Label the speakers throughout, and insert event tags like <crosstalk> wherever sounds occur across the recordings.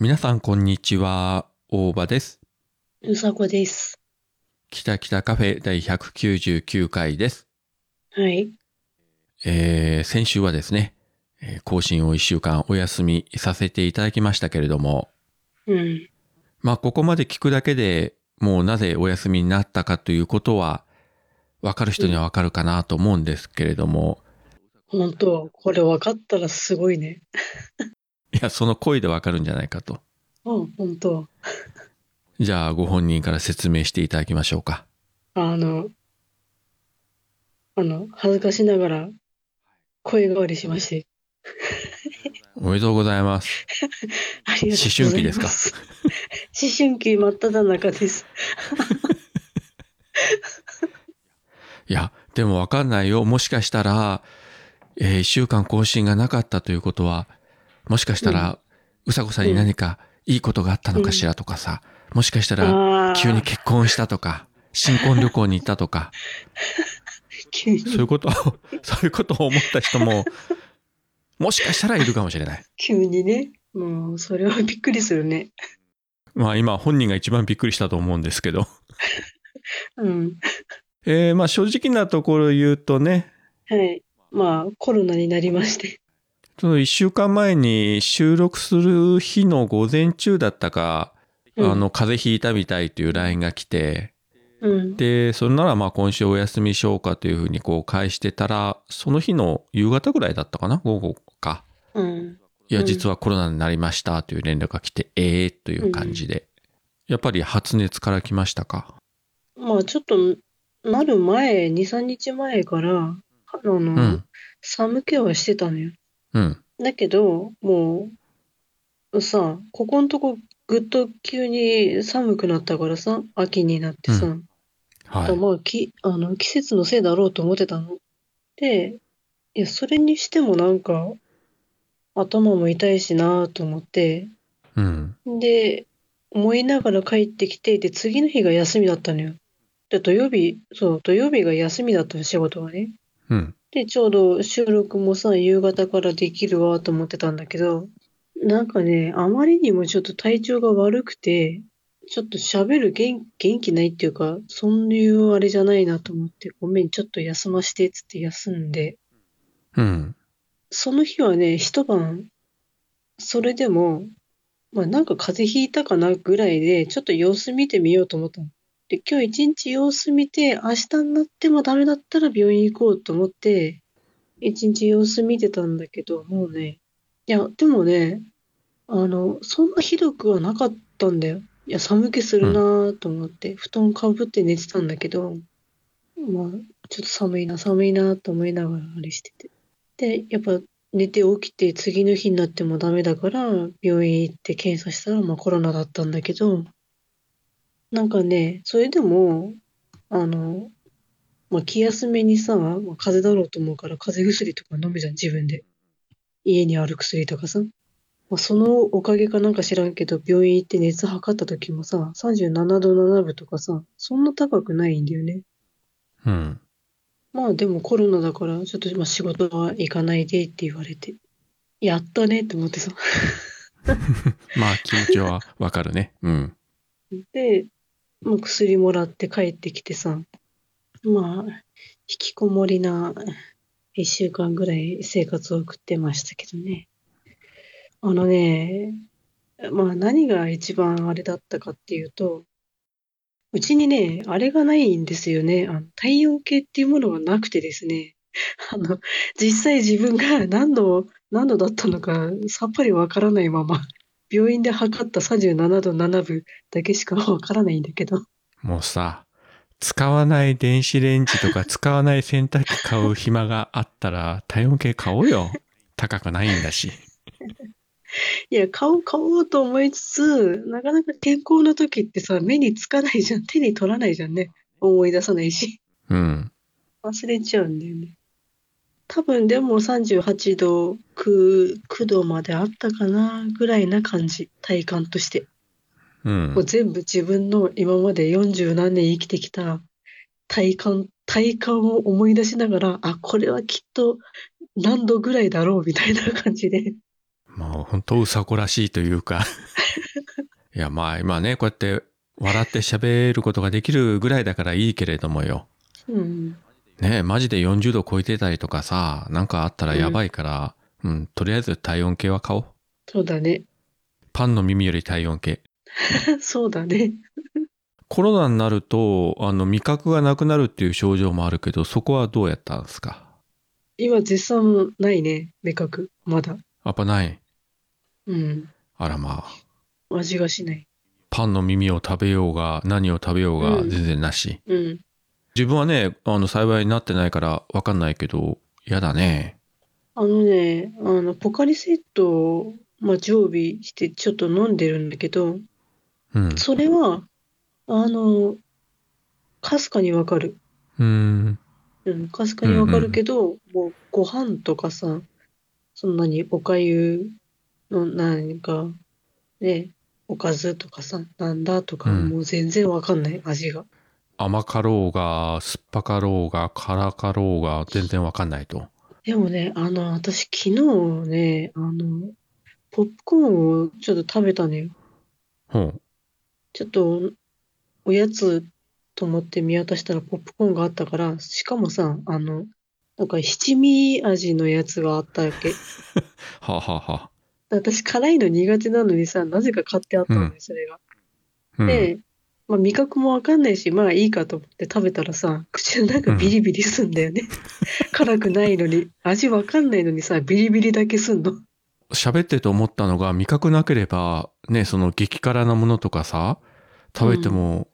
Speaker 1: 皆さんこんにちは、大場です。
Speaker 2: うさこです。
Speaker 1: 北北カフェ第199回です。
Speaker 2: はい。
Speaker 1: えー、先週はですね、えー更新を1週間お休みさせていただきましたけれども、
Speaker 2: うん。
Speaker 1: まあここまで聞くだけでもうなぜお休みになったかということは、わかる人にはわかるかなと思うんですけれども、
Speaker 2: 本当、これ分かったらすごいね。
Speaker 1: いや、その声でわかるんじゃないかと。
Speaker 2: うん、本当。
Speaker 1: じゃあご本人から説明していただきましょうか。
Speaker 2: あの、あの、恥ずかしながら、声変わりしまして。
Speaker 1: おめでとうございます。
Speaker 2: ありがとうございます。思春期ですか思春期真っ只中です。
Speaker 1: いや、でもわかんないよ。もしかしたら、えー一週間更新がなかったということは、もしかしたら、うさこさんに何かいいことがあったのかしらとかさ、もしかしたら、
Speaker 2: ああー、
Speaker 1: 急に結婚したとか、新婚旅行に行ったとか、
Speaker 2: 急に
Speaker 1: そういうことを、 <laughs> そういうことを思った人も、もしかしたらいるかもしれない。
Speaker 2: 急にね。もう、それはびっくりするね。
Speaker 1: まあ今本人が一番びっくりしたと思うんですけど。
Speaker 2: うん。
Speaker 1: えーまあ正直なところ言うとね、
Speaker 2: はい。まあ、コロナになりまして。
Speaker 1: その一週間前に収録する日の午前中だったか、
Speaker 2: うん
Speaker 1: あの、風邪ひいたみたいという LINE が来て、
Speaker 2: うん。
Speaker 1: で、それならまあ今週お休みしようかというふうにこう返してたら、その日の夕方ぐらいだったかな午後か。
Speaker 2: うん。
Speaker 1: いうや、
Speaker 2: ん
Speaker 1: 実はコロナになりましたという連絡が来て、ええー、という感じで。やっぱり発熱から来ましたか。
Speaker 2: まあ、ちょっと、なる前、2、3日前から、あの、
Speaker 1: うん。
Speaker 2: 寒気はしてたのよ。
Speaker 1: うん。
Speaker 2: だけど、もう、さ、ここのとこぐっと急に寒くなったからさ、秋になってさ、
Speaker 1: うは
Speaker 2: だから
Speaker 1: い。
Speaker 2: まあきあの季節のせいだろうと思ってたの。で、いや、それにしてもなんか、頭も痛いしなと思って、
Speaker 1: うん。
Speaker 2: で、思いながら帰ってきて、で、次の日が休みだったのよ。で、土曜日、そう、土曜日が休みだったの、仕事がね。
Speaker 1: うん。
Speaker 2: で、ちょうど収録もさ、夕方からできるわと思ってたんだけど、なんかね、あまりにもちょっと体調が悪くて、ちょっと喋る元元気ないっていうか、そういうあれじゃないなと思って、ごめん、ちょっと休ましてっつって休んで、
Speaker 1: うん。
Speaker 2: その日はね、一晩、それでも、まあなんか風邪ひいたかなぐらいで、ちょっと様子見てみようと思ったの。で、今日一日様子見て、明日になってもダメだったら病院行こうと思って、一日様子見てたんだけど、もうね、いや、でもね、あの、そんなひどくはなかったんだよ。いや、寒気するなぁと思って、布団かぶって寝てたんだけど、まあ、ちょっと寒いな、寒いなと思いながらあれしてて。で、やっぱ寝て起きて次の日になってもダメだから病院行って検査したらまあコロナだったんだけどなんかねそれでもあの、まあ、気休めにさ、まあ、風邪だろうと思うから風邪薬とか飲むじゃん自分で家にある薬とかさ、まあ、そのおかげかなんか知らんけど病院行って熱測った時もさ37度7分とかさそんな高くないんだよね
Speaker 1: うん。
Speaker 2: まあでもコロナだから、ちょっと今仕事は行かないでって言われて、やったねって思ってさ。
Speaker 1: まあ気持ちはわかるね。うん。
Speaker 2: で、まあ、薬もらって帰ってきてさ、まあ、引きこもりな一週間ぐらい生活を送ってましたけどね。あのね、まあ何が一番あれだったかっていうと、うちにね、あれがないんですよね。あの体温計っていうものがなくてですね、 <laughs> あの、実際自分が何度、何度だったのかさっぱりわからないまま、病院で測った37度7分だけしかわからないんだけど、 <laughs>
Speaker 1: もうさ、使わない電子レンジと <laughs> か使わない洗濯機買う暇があったら体温計買おうよ。高くないんだし。
Speaker 2: いや、買おう買おうと思いつつ、なかなか健康の時ってさ、目につかないじゃん、手に取らないじゃんね。思い出さないし。 <laughs>
Speaker 1: うん。
Speaker 2: 忘れちゃうんだよね。多分でも38度、9、9度まであったかな、ぐらいな感じ、体感として。
Speaker 1: う。
Speaker 2: もうん全部自分の今まで40何年生きてきた体感、体感を思い出しながら、あ、これはきっと何度ぐらいだろうみたいな感じで。
Speaker 1: まあ本当うさこらしいという <laughs> かいやまあ今ねこうやって笑って喋ることができるぐらいだからいいけれどもよ
Speaker 2: うん。
Speaker 1: ねえマジで40度超えてたりとかさなんかあったらやばいから、うんとりあえず体温計は買おう
Speaker 2: そうだね。 <laughs>
Speaker 1: パンの耳より体温計
Speaker 2: そうだね。
Speaker 1: コロナになるとあの味覚がなくなるっていう症状もあるけどそこはどうやったんですか
Speaker 2: 今絶賛ないね。目角。まだ。
Speaker 1: やっぱない
Speaker 2: うん。
Speaker 1: あらまあ
Speaker 2: 味がしない。
Speaker 1: パンの耳を食べようが何を食べようが
Speaker 2: うん
Speaker 1: 全然なし、
Speaker 2: うん。
Speaker 1: 自分はねあの幸いになってないから分かんないけど嫌だね
Speaker 2: あのね、あの、ポカリセットを、まあ、常備してちょっと飲んでるんだけど、
Speaker 1: うんう
Speaker 2: それは、あの、かすかにわかる。
Speaker 1: ーん
Speaker 2: うん、かすかにわかるけど、もうご飯とかさ、そんなにおかゆの何か、ね、おかずとかさ、なんだとか、
Speaker 1: うん
Speaker 2: もう全然わかんない、味が。
Speaker 1: 甘かろうが酸っぱかろうが辛かろうが全然分かんないと
Speaker 2: でもね、あの、私昨日ね、あの、ポップコーンをちょっと食べたのよ。
Speaker 1: ほ
Speaker 2: ちょっと、おやつと思って見渡したらポップコーンがあったから、しかもさ、あの、なんか七味味のやつがあったわけ。
Speaker 1: うはあ、はあはあ
Speaker 2: 私辛いの苦手なのにさ、なぜか買ってあったの
Speaker 1: う
Speaker 2: よ、それが。
Speaker 1: うん、
Speaker 2: で、まあ、味覚もわかんないし、まあいいかと思って食べたらさ、口の中ビリビリすんだよね。辛くないのに、味わかんないのにさ、ビリビリだけすんの。
Speaker 1: 喋ってて思ったのが味覚なければねその激辛なものとかさ食べても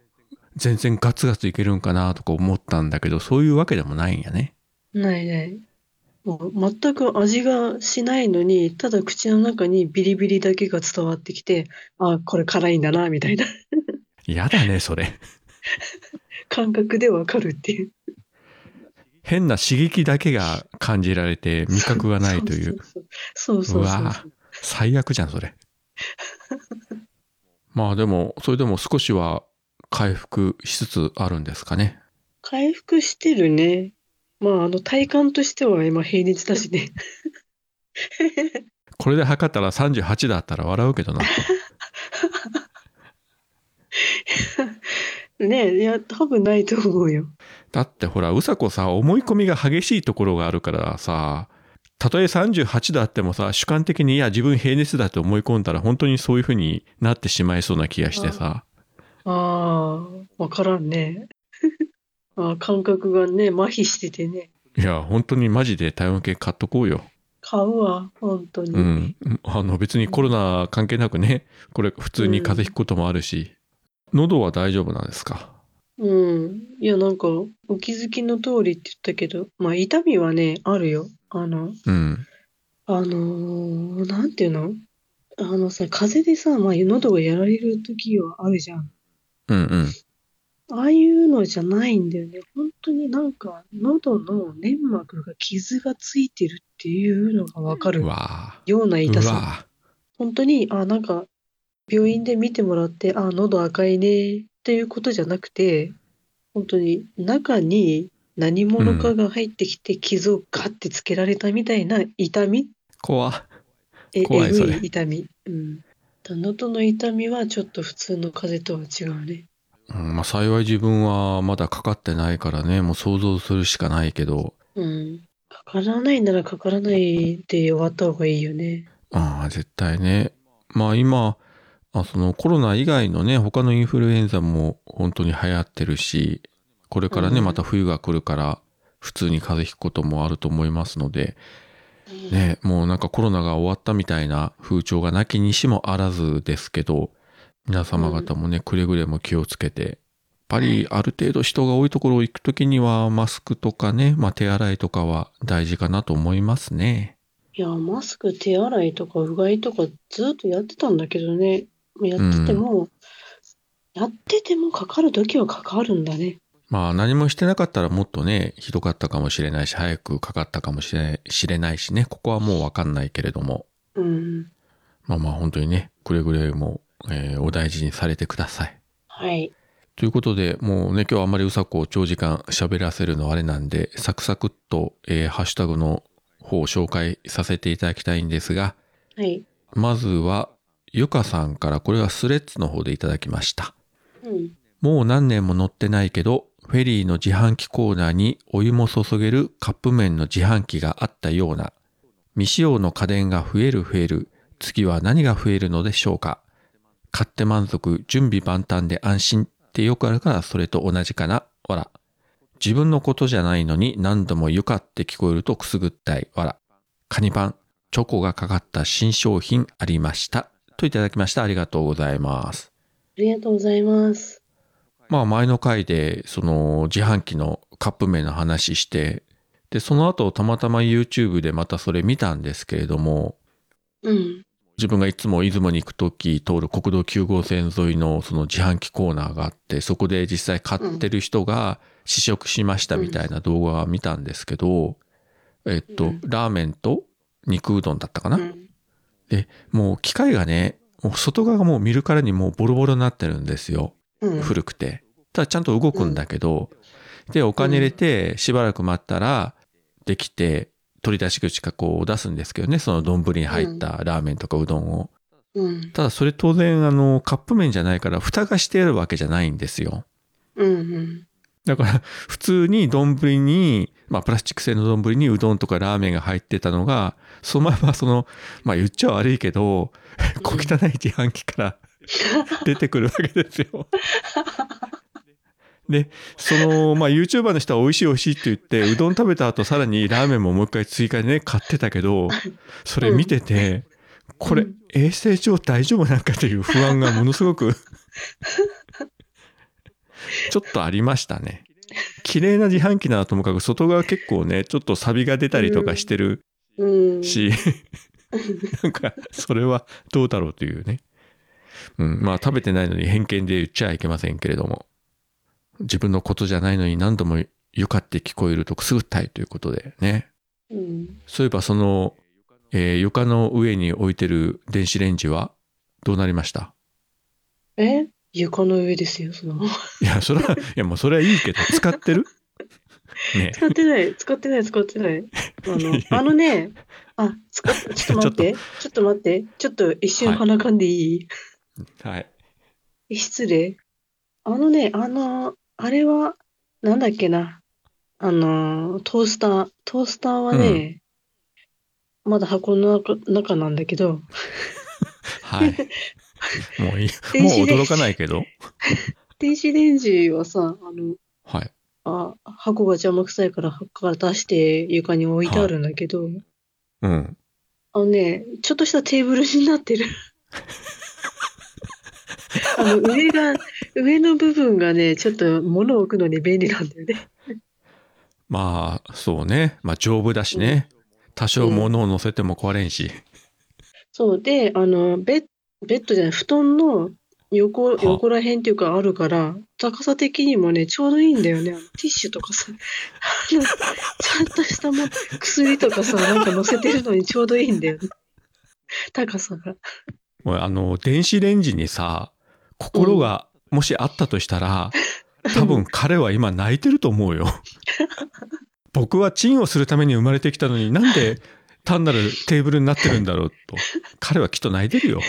Speaker 1: 全然ガツガツいけるんかなとか思ったんだけどそういうわけでもないんやね
Speaker 2: ないない。もう全く味がしないのに、ただ口の中にビリビリだけが伝わってきて、あ、これ辛いんだな、みたいな <laughs>
Speaker 1: やだねそれ
Speaker 2: 感覚でわかるっていう。
Speaker 1: 変な刺激だけが感じられて味覚がないという。
Speaker 2: そうそうそうそうう
Speaker 1: わ
Speaker 2: そう。
Speaker 1: 最悪じゃんそれまあでもそれでも少しは回復しつつあるんですかね
Speaker 2: 回復してるね。まあ、あの、体感としては今平日だしね。 <laughs>
Speaker 1: これで測ったら38だったら笑うけどな
Speaker 2: ねえ、いや、多分ないと思うよ。
Speaker 1: だってほらうさこさ思い込みが激しいところがあるからさたとえ38だってもさ主観的にいや自分平熱だって思い込んだら本当にそういう風になってしまいそうな気がしてさ
Speaker 2: ああ、わからんね。 <laughs> あー感覚がね、麻痺しててね。
Speaker 1: いや本当にマジで体温計買っとこうよ
Speaker 2: 買うわ、本当に。
Speaker 1: うん、あの別にコロナ関係なくねこれ普通に風邪ひくこともあるし、喉は大丈夫なんですか
Speaker 2: うん。いや、なんか、お気づきの通りって言ったけど、まあ、痛みはね、あるよ。あの、
Speaker 1: うん
Speaker 2: あのーなんていうのあのさ、風邪でさ、まあ、喉がやられる時はあるじゃん。
Speaker 1: うんうん
Speaker 2: ああいうのじゃないんだよね。本当になんか、喉の粘膜が傷がついてるっていうのがわか
Speaker 1: う
Speaker 2: る
Speaker 1: わ
Speaker 2: ような
Speaker 1: ー
Speaker 2: 痛
Speaker 1: う
Speaker 2: さ。
Speaker 1: わ
Speaker 2: 本当に、あ、なんか、病院で見てもらって、あ、喉赤いね、っていうことじゃなくて、本当に中に何者かが入ってきて傷をガッてつけられたみたいな痛み、
Speaker 1: ー怖っ
Speaker 2: え、え
Speaker 1: 怖いそ
Speaker 2: ぐ
Speaker 1: れ
Speaker 2: い痛み。うん。喉の痛みはちょっと普通の風邪とは違うね。
Speaker 1: うんまあ、幸い自分はまだかかってないからねもう想像するしかないけど
Speaker 2: うん。かからないならかからないで終わった方がいいよね。
Speaker 1: ああ絶対ねまあ今あそのコロナ以外のね他のインフルエンザも本当に流行ってるしこれからね
Speaker 2: うん
Speaker 1: また冬が来るから普通に風邪ひくこともあると思いますのでね、もうなんかコロナが終わったみたいな風潮がなきにしもあらずですけど、皆様方もね、くれぐれも気をつけて、やっぱりある程度人が多いところ行くときには、マスクとかね、まあ手洗いとかは大事かなと思いますね。
Speaker 2: いや、マスク、手洗いとかうがいとかずっとやってたんだけどね。やってても、やっててもかかるときはかかるんだね。
Speaker 1: まあ何もしてなかったらもっとね、ひどかったかもしれないし、早くかかったかもしれ知れないしね、ここはもうわかんないけれども、
Speaker 2: うん。
Speaker 1: まあまあ本当にね、くれぐれも、えーお大事にされてください。
Speaker 2: はい。
Speaker 1: ということで、もうね、今日あんまりうさこを長時間喋らせるのはあれなんで、サクサクっと、えーハッシュタグの方を紹介させていただきたいんですが、
Speaker 2: はい。
Speaker 1: まずは、ゆかさんからこれはスレッズの方でいただきました。
Speaker 2: うん。
Speaker 1: もう何年も乗ってないけど、フェリーの自販機コーナーにお湯も注げるカップ麺の自販機があったような、未使用の家電が増える増える、次は何が増えるのでしょうか。買って満足、準備万端で安心ってよくあるからそれと同じかな、わら。自分のことじゃないのに何度もゆかって聞こえるとくすぐったい、わら。カニパン、チョコがかかった新商品ありました。といただきました。ありがとうございます。
Speaker 2: ありがとうございます。
Speaker 1: まあ前の回でその自販機のカップ麺の話してでその後たまたま YouTube でまたそれ見たんですけれども
Speaker 2: うん。
Speaker 1: 自分がいつも出雲に行く時通る国道9号線沿いのその自販機コーナーがあってそこで実際買ってる人が試食しましたみたいな動画は見たんですけど、えっ
Speaker 2: う
Speaker 1: と
Speaker 2: ん
Speaker 1: ラーメンと肉うどんだったか
Speaker 2: う
Speaker 1: な、
Speaker 2: ん。
Speaker 1: もう機械がねもう外側がもう見るからにもうボロボロになってるんですよ。
Speaker 2: うん。
Speaker 1: 古くて。ただちゃんと動くんだけど、で、お金入れて、しばらく待ったら、できて、取り出し口かこう出すんですけどね、その丼に入ったラーメンとかうどんを。
Speaker 2: うん。
Speaker 1: ただそれ当然、あの、カップ麺じゃないから、蓋がしてあるわけじゃないんですよ。
Speaker 2: うん。
Speaker 1: だから、普通に丼に、まあ、プラスチック製の丼にうどんとかラーメンが入ってたのが、そのままその、まあ、言っちゃ悪いけど、 <laughs> 小汚い自販機
Speaker 2: <laughs>
Speaker 1: から出てくるわけですよ。で、その、まあ、YouTuber の人は美味しい美味しいって言って、うどん食べた後、さらにラーメンももう一回追加でね、買ってたけど、それ見てて、これ
Speaker 2: うん、
Speaker 1: 衛生上大丈夫なんかという不安がものすごくちょっとありましたね。綺麗な自販機ならともかく外側結構ねちょっとサビが出たりとかしてる
Speaker 2: うん。
Speaker 1: し、なんかそれはどうだろうというね、うん、まあ食べてないのに偏見で言っちゃいけませんけれども自分のことじゃないのに何度もよかって聞こえるとくすぐったいということでね
Speaker 2: うん。
Speaker 1: そういえばその、えー床の上に置いてる電子レンジはどうなりました
Speaker 2: え床の上ですよ、その。
Speaker 1: いや、それは、いや、もうそれはいいけど、使ってるね
Speaker 2: 使ってない、使ってない、使って <laughs> ない。あの、あのね、あ、使っちょっと待って、 <laughs> ちょっと待って、ちょっと一瞬
Speaker 1: はい
Speaker 2: 鼻かんでいい、
Speaker 1: え。はい。
Speaker 2: え失礼。あのね、あの、あれは、なんだっけな。あの、トースター。トースターはね、まだ箱の中中なんだけど、 <laughs>
Speaker 1: はい。もういい。
Speaker 2: 電
Speaker 1: も
Speaker 2: 子
Speaker 1: う
Speaker 2: レン
Speaker 1: 驚
Speaker 2: ジ
Speaker 1: か、ないけど。
Speaker 2: 電子レンジはさ、あの、
Speaker 1: はい。
Speaker 2: あ箱が邪魔くさいから箱から出して床に置いてあるんだけど、
Speaker 1: うん。
Speaker 2: あのね、ちょっとしたテーブルになってる。あの上が、上の部分がね、ちょっと物を置くのに便利なんだよね。
Speaker 1: まあ、そうね。まあ、丈夫だしね。多少物を乗せても壊れんし。
Speaker 2: そうで、あの、ベッベッドじゃない、布団の横、
Speaker 1: あ
Speaker 2: 横ら辺っていうかあるから、高さ的にもね、ちょうどいいんだよね。あのティッシュとかさ、あの、ちゃんとしたも薬とかさ、なんか乗せてるのにちょうどいいんだよね。高さが。
Speaker 1: もうあの、電子レンジにさ、心がもしあったとしたら、多分彼は今泣いてると思うよ。僕はチンをするために生まれてきたのになんで単なるテーブルになってるんだろうと。彼はきっと泣いてるよ。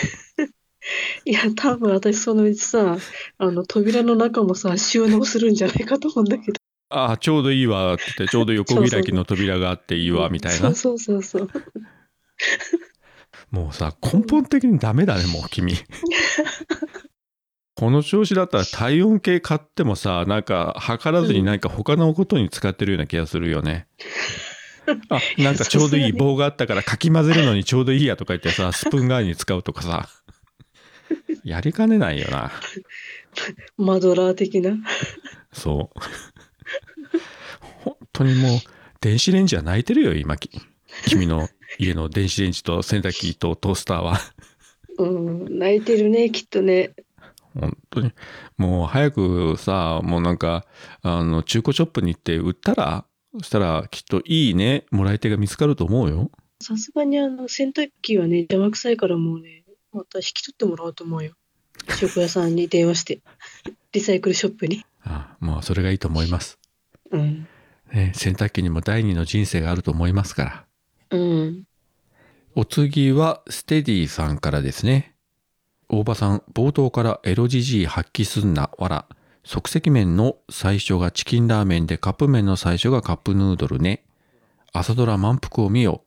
Speaker 2: <laughs> いや、多分私そのうちさ、あの、扉の中もさ、収納するんじゃないかと思うんだけど。
Speaker 1: ああ、ちょうどいいわって言って、ちょうど横開きの扉があっていいわみたいな。
Speaker 2: そうそうそうそう。
Speaker 1: もうさ、根本的にダメだね、もう君。この調子だったら体温計買ってもさ、なんか測らずになんか他のことに使ってるような気がするよね。あ、なんかちょうどいい棒があったからかき混ぜるのにちょうどいいやとか言ってさ、スプーン代わりに使うとかさ。やりかねないよな。
Speaker 2: マドラー的な。
Speaker 1: そう。本当にもう、電子レンジは泣いてるよ、今。き君の家の電子レンジと洗濯機とトースターは。
Speaker 2: うん、泣いてるね、きっとね。
Speaker 1: 本当に。もう早くさ、もうなんか、あの、中古ショップに行って売ったら、そしたらきっといいね、もらい手が見つかると思うよ。
Speaker 2: さすがにあの、洗濯機はね、邪魔くさいからもうね、また引き取ってもらおうと思
Speaker 1: <laughs>
Speaker 2: うよ。食屋さんに電話して。 <laughs> リサイクルショップに。
Speaker 1: あまあ、それがいいと思います。
Speaker 2: うん。
Speaker 1: ね、洗濯機にも第二の人生があると思いますから。
Speaker 2: うん。
Speaker 1: お次はステディさんからですね。大場さん、冒頭からエロジジイ発揮すんな、わら。即席麺の最初がチキンラーメンでカップ麺の最初がカップヌードルね。朝ドラ満腹を見よ。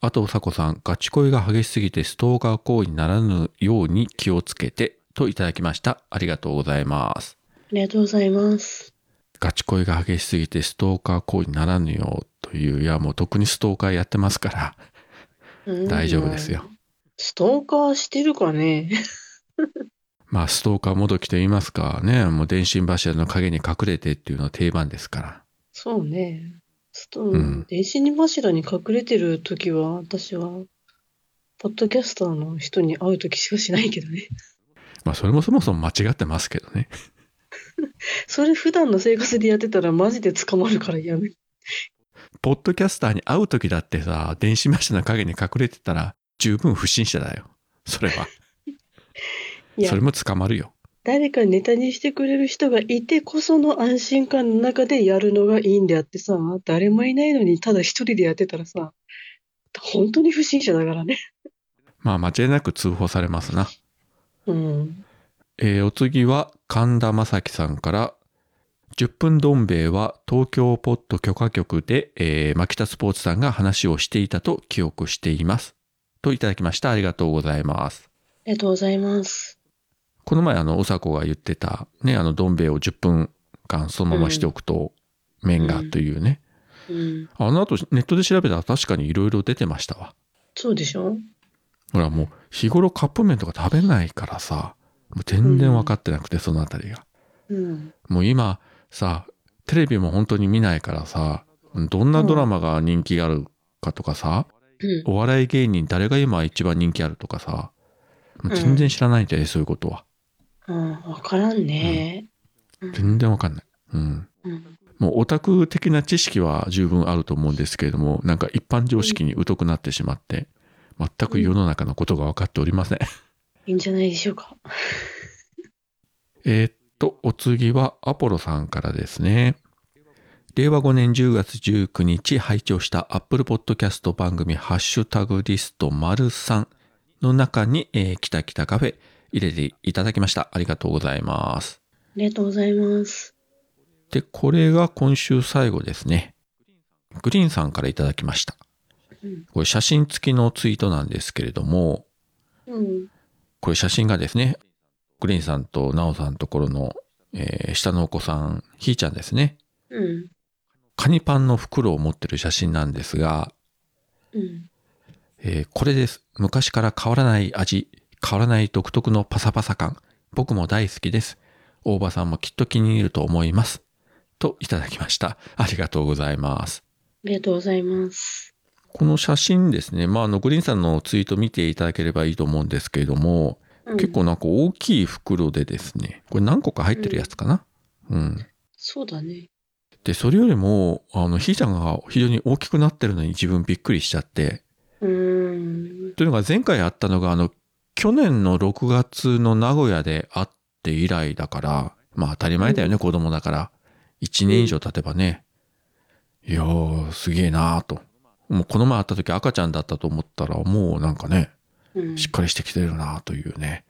Speaker 1: あと、さこさん、ガチ恋が激しすぎてストーカー行為にならぬように気をつけて、といただきました。ありがとうございます。
Speaker 2: ありがとうございます。
Speaker 1: ガチ恋が激しすぎてストーカー行為にならぬようという、いや、もう特にストーカーやってますから、
Speaker 2: うん
Speaker 1: 大丈夫ですよ。。
Speaker 2: ストーカーしてるかね
Speaker 1: <laughs> まあ、ストーカーもどきと言いますかね、もう電信柱の陰に隠れてっていうのは定番ですから。
Speaker 2: そうね。スト
Speaker 1: うん
Speaker 2: 電子に柱に隠れてる時は、私は、ポッドキャスターの人に会う時しかしないけどね。
Speaker 1: まあ、それもそもそも間違ってますけどね。 <laughs>
Speaker 2: それ普段の生活でやってたらマジで捕まるからやめて。
Speaker 1: ポッドキャスターに会う時だってさ、電信柱の陰に隠れてたら、十分不審者だよ。それは。
Speaker 2: いや
Speaker 1: それも捕まるよ。
Speaker 2: 誰かネタにしてくれる人がいてこその安心感の中でやるのがいいんであってさ、誰もいないのにただ一人でやってたらさ、本当に不審者だからね。
Speaker 1: まあ、間違いなく通報されますな。
Speaker 2: うん。
Speaker 1: えーお次は神田正輝さんから10分どん兵衛は東京ポッド許可局で、えー、牧田スポーツさんが話をしていたと記憶しています。といただきました。ありがとうございます。
Speaker 2: ありがとうございます。
Speaker 1: この前、あの、うさこが言ってた、ね、あの、どん兵衛を10分間そのまましておくと、麺がというね。
Speaker 2: うん。
Speaker 1: あの後、ネットで調べたら確かにいろいろ出てましたわ。
Speaker 2: そうでしょ
Speaker 1: ほら、もう、日頃カップ麺とか食べないからさ、もう全然分かってなくて、そのあたりが。
Speaker 2: うん。
Speaker 1: もう今さテレビも本当に見ないからさどんなドラマが人気があるかとかさ、
Speaker 2: うん。
Speaker 1: お笑い芸人誰が今一番人気あるとかさもう全然知らないんだよ、そういうことは
Speaker 2: ああ、わからんね。
Speaker 1: 全然わかんない、うん、
Speaker 2: うん。
Speaker 1: もうオタク的な知識は十分あると思うんですけれどもなんか一般常識に疎くなってしまって全く世の中のことが分かっておりません
Speaker 2: いいんじゃないでしょうか。
Speaker 1: えーっと、お次はアポロさんからですね。令和5年10月19日拝聴した Apple Podcast 番組ハッシュタグリスト丸3の中に、えー、キタキタカフェ入れていただきました。ありがとうございます。
Speaker 2: ありがとうございます。
Speaker 1: で、これが今週最後ですね。グリーンさんからいただきました。
Speaker 2: うん。
Speaker 1: これ写真付きのツイートなんですけれども、
Speaker 2: うん。
Speaker 1: これ写真がですね、グリーンさんとナオさんところの、えー下のお子さん、ひーちゃんですね。
Speaker 2: うん。
Speaker 1: カニパンの袋を持ってる写真なんですが、
Speaker 2: うん。
Speaker 1: えーこれです。昔から変わらない味、変わらない独特のパサパサ感。僕も大好きです。大場さんもきっと気に入ると思います。といただきました。ありがとうございます。
Speaker 2: ありがとうございます。
Speaker 1: この写真ですね。まあ、あの、グリーンさんのツイート見ていただければいいと思うんですけれども、
Speaker 2: うん
Speaker 1: 結構なんか大きい袋でですね、これ何個か入ってるやつかな。うん
Speaker 2: そうだね。
Speaker 1: で、それよりも、あの、ひーちゃんが非常に大きくなってるのに自分びっくりしちゃって、
Speaker 2: うーん。
Speaker 1: というのが前回あったのが、あの、去年の6月の名古屋で会って以来だから、まあ当たり前だよね、子供だから。1年以上経てばね。いやー、すげえなーと。もうこの前会った時赤ちゃんだったと思ったら、もうなんかね、
Speaker 2: うん
Speaker 1: しっかりしてきてるなーというね、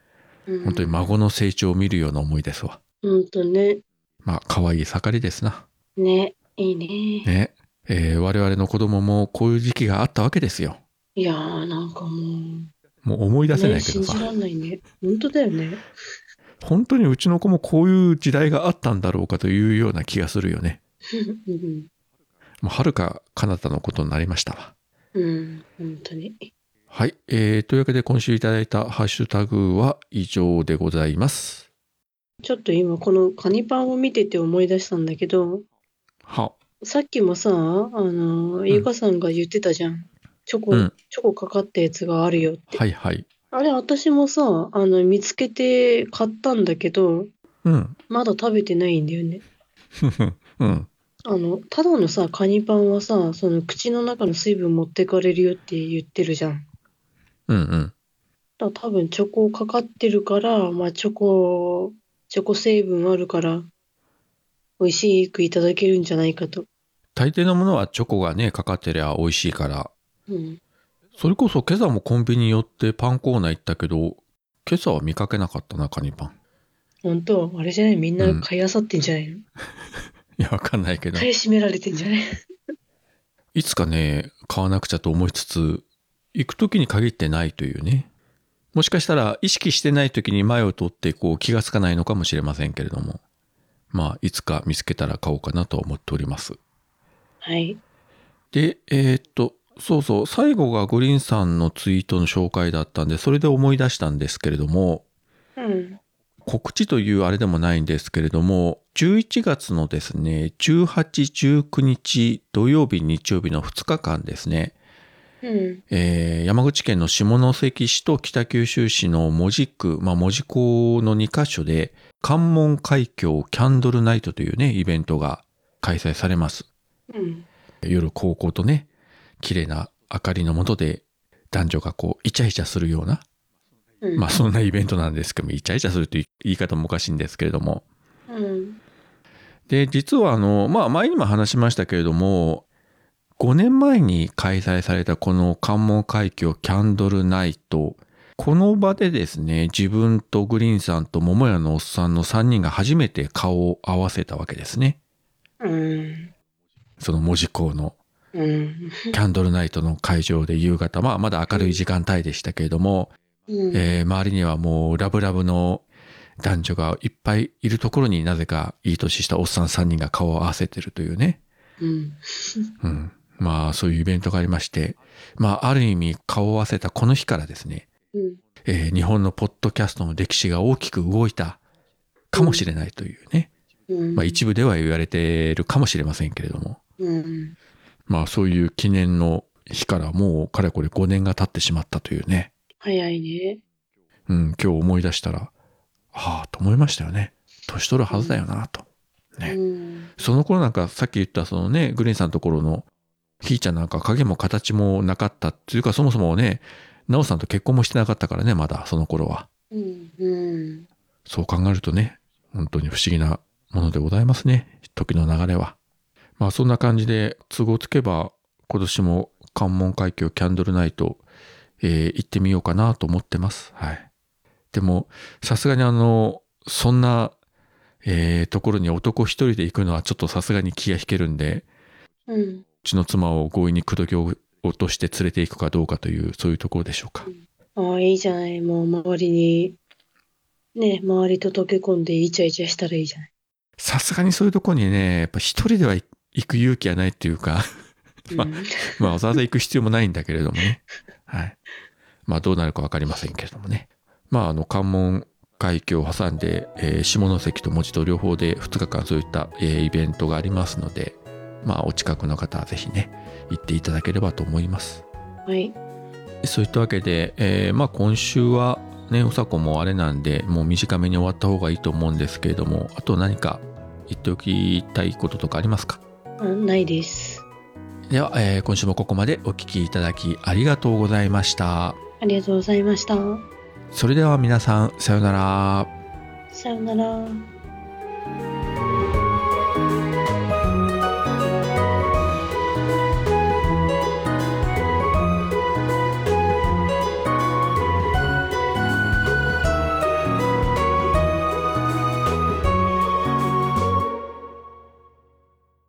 Speaker 2: うん
Speaker 1: 本当に孫の成長を見るような思いですわ。
Speaker 2: 本当ね。
Speaker 1: まあ、可愛い盛りですな。
Speaker 2: ね。いいね。
Speaker 1: ね。えー我々の子供もこういう時期があったわけですよ。
Speaker 2: いやー、なんかも。
Speaker 1: もう思いう出せな
Speaker 2: ね、
Speaker 1: いけ
Speaker 2: 信
Speaker 1: どさ。
Speaker 2: じらんないね。本当だよね。
Speaker 1: 本当にうちの子もこういう時代があったんだろうかというような気がするよね。
Speaker 2: うん。
Speaker 1: もうはるか彼方のことになりましたわ。
Speaker 2: うん。本当に。
Speaker 1: はい。えー、というわけで今週いただいたハッシュタグは以上でございます。
Speaker 2: ちょっと今このカニパンを見てて思い出したんだけど、
Speaker 1: は、
Speaker 2: さっきもさ、あの、ゆかさんが言ってたじゃん。チョコ、
Speaker 1: うん
Speaker 2: チョコかかったやつがあるよって。
Speaker 1: はいはい。
Speaker 2: あれ、私もさ、あの、見つけて買ったんだけど、
Speaker 1: うん。
Speaker 2: まだ食べてないんだよね。
Speaker 1: うん。
Speaker 2: あの、ただのさ、カニパンはさ、その口の中の水分持ってかれるよって言ってるじゃん。
Speaker 1: うんうん。
Speaker 2: だから多分チョコかかってるから、まあチョコ、チョコ成分あるから、美味しくいただけるんじゃないかと。
Speaker 1: 大抵のものはチョコがね、かかってりゃ美味しいから、
Speaker 2: うん。
Speaker 1: それこそ今朝もコンビニ寄ってパンコーナー行ったけど、今朝は見かけなかったな、カニパン。 <laughs>
Speaker 2: 本当あれじゃないみんな買いあさってんじゃないの、
Speaker 1: いや、わかんないけど
Speaker 2: 買。い占められてんじゃない
Speaker 1: いつかね、買わなくちゃと思いつつ、行く時に限ってないというね。もしかしたら意識してない時に前を通ってこう気がつかないのかもしれませんけれども。まあ、いつか見つけたら買おうかなと思っております。
Speaker 2: はい。
Speaker 1: で、えーっと、そうそう、最後がグリーンさんのツイートの紹介だったんで、それで思い出したんですけれども、
Speaker 2: うん。
Speaker 1: 告知というあれでもないんですけれども、11月のですね、18、19日、土曜日、日曜日の2日間ですね、
Speaker 2: うん。
Speaker 1: えー山口県の下関市と北九州市の門司区、まあ、門司港の2カ所で、関門海峡キャンドルナイトというね、イベントが開催されます。
Speaker 2: うん。
Speaker 1: 夜高校とね綺麗な明かりの下で男女がこうイチャイチャするような、
Speaker 2: うん。
Speaker 1: まあそんなイベントなんですけどもイチャイチャするという言い方もおかしいんですけれども
Speaker 2: うん。
Speaker 1: で実はあのまあ前にも話しましたけれども5年前に開催されたこの関門海峡キャンドルナイトこの場でですね自分とグリーンさんと桃屋のおっさんの3人が初めて顔を合わせたわけですね
Speaker 2: うん。
Speaker 1: その門司港の
Speaker 2: うん。
Speaker 1: キャンドルナイトの会場で夕方、まあ、まだ明るい時間帯でしたけれども、
Speaker 2: うん。
Speaker 1: えー周りにはもうラブラブの男女がいっぱいいるところになぜかいい年したおっさん3人が顔を合わせてるというね、
Speaker 2: うん。
Speaker 1: うん、まあそういうイベントがありまして、まあ、ある意味顔を合わせたこの日からですね、
Speaker 2: うん。
Speaker 1: えー日本のポッドキャストの歴史が大きく動いたかもしれないというね、
Speaker 2: うん。
Speaker 1: まあ、一部では言われてるかもしれませんけれども、
Speaker 2: うん。
Speaker 1: まあそういう記念の日からもうかれこれ5年が経ってしまったというね。
Speaker 2: 早いね。
Speaker 1: うん、今日思い出したら、ああ、と思いましたよね。年取るはずだよな、と。ね
Speaker 2: うん。
Speaker 1: その頃なんかさっき言ったそのね、グリーンさんのところのひーちゃんなんか影も形もなかったっていうかそもそもね、なおさんと結婚もしてなかったからね、まだその頃は。
Speaker 2: うん。うん。
Speaker 1: そう考えるとね、本当に不思議なものでございますね。時の流れは。まあそんな感じで、都合つけば、今年も関門海峡キャンドルナイト、えー行ってみようかなと思ってます。はい。でも、さすがにあの、そんな、えーところに男一人で行くのはちょっとさすがに気が引けるんで、
Speaker 2: うん。
Speaker 1: うちの妻を強引に口説き落として連れて行くかどうかという、そういうところでしょうか。
Speaker 2: ああ、いいじゃない。もう周りに、ね、周りと溶け込んでイチャイチャしたらいいじゃない。
Speaker 1: さすがにそういうところにね、やっぱ一人では行く勇気はないっていうか、まあ
Speaker 2: うん
Speaker 1: まあ、わざわざ行く必要もないんだけれどもね。はい。まあ、どうなるかわかりませんけれどもね。まあ、あの、関門海峡を挟んで、えー下関と文字と両方で2日間そういった、えーイベントがありますので、まあ、お近くの方はぜひね、行っていただければと思います。
Speaker 2: はい。
Speaker 1: そういったわけで、えーまあ、今週は、ね、うさこもあれなんで、もう短めに終わった方がいいと思うんですけれども、あと何か言っておきたいこととかありますか
Speaker 2: あないです。
Speaker 1: では、えー今週もここまでお聞きいただきありがとうございました。
Speaker 2: ありがとうございました。
Speaker 1: それでは皆さん、さようなら。
Speaker 2: さよなら。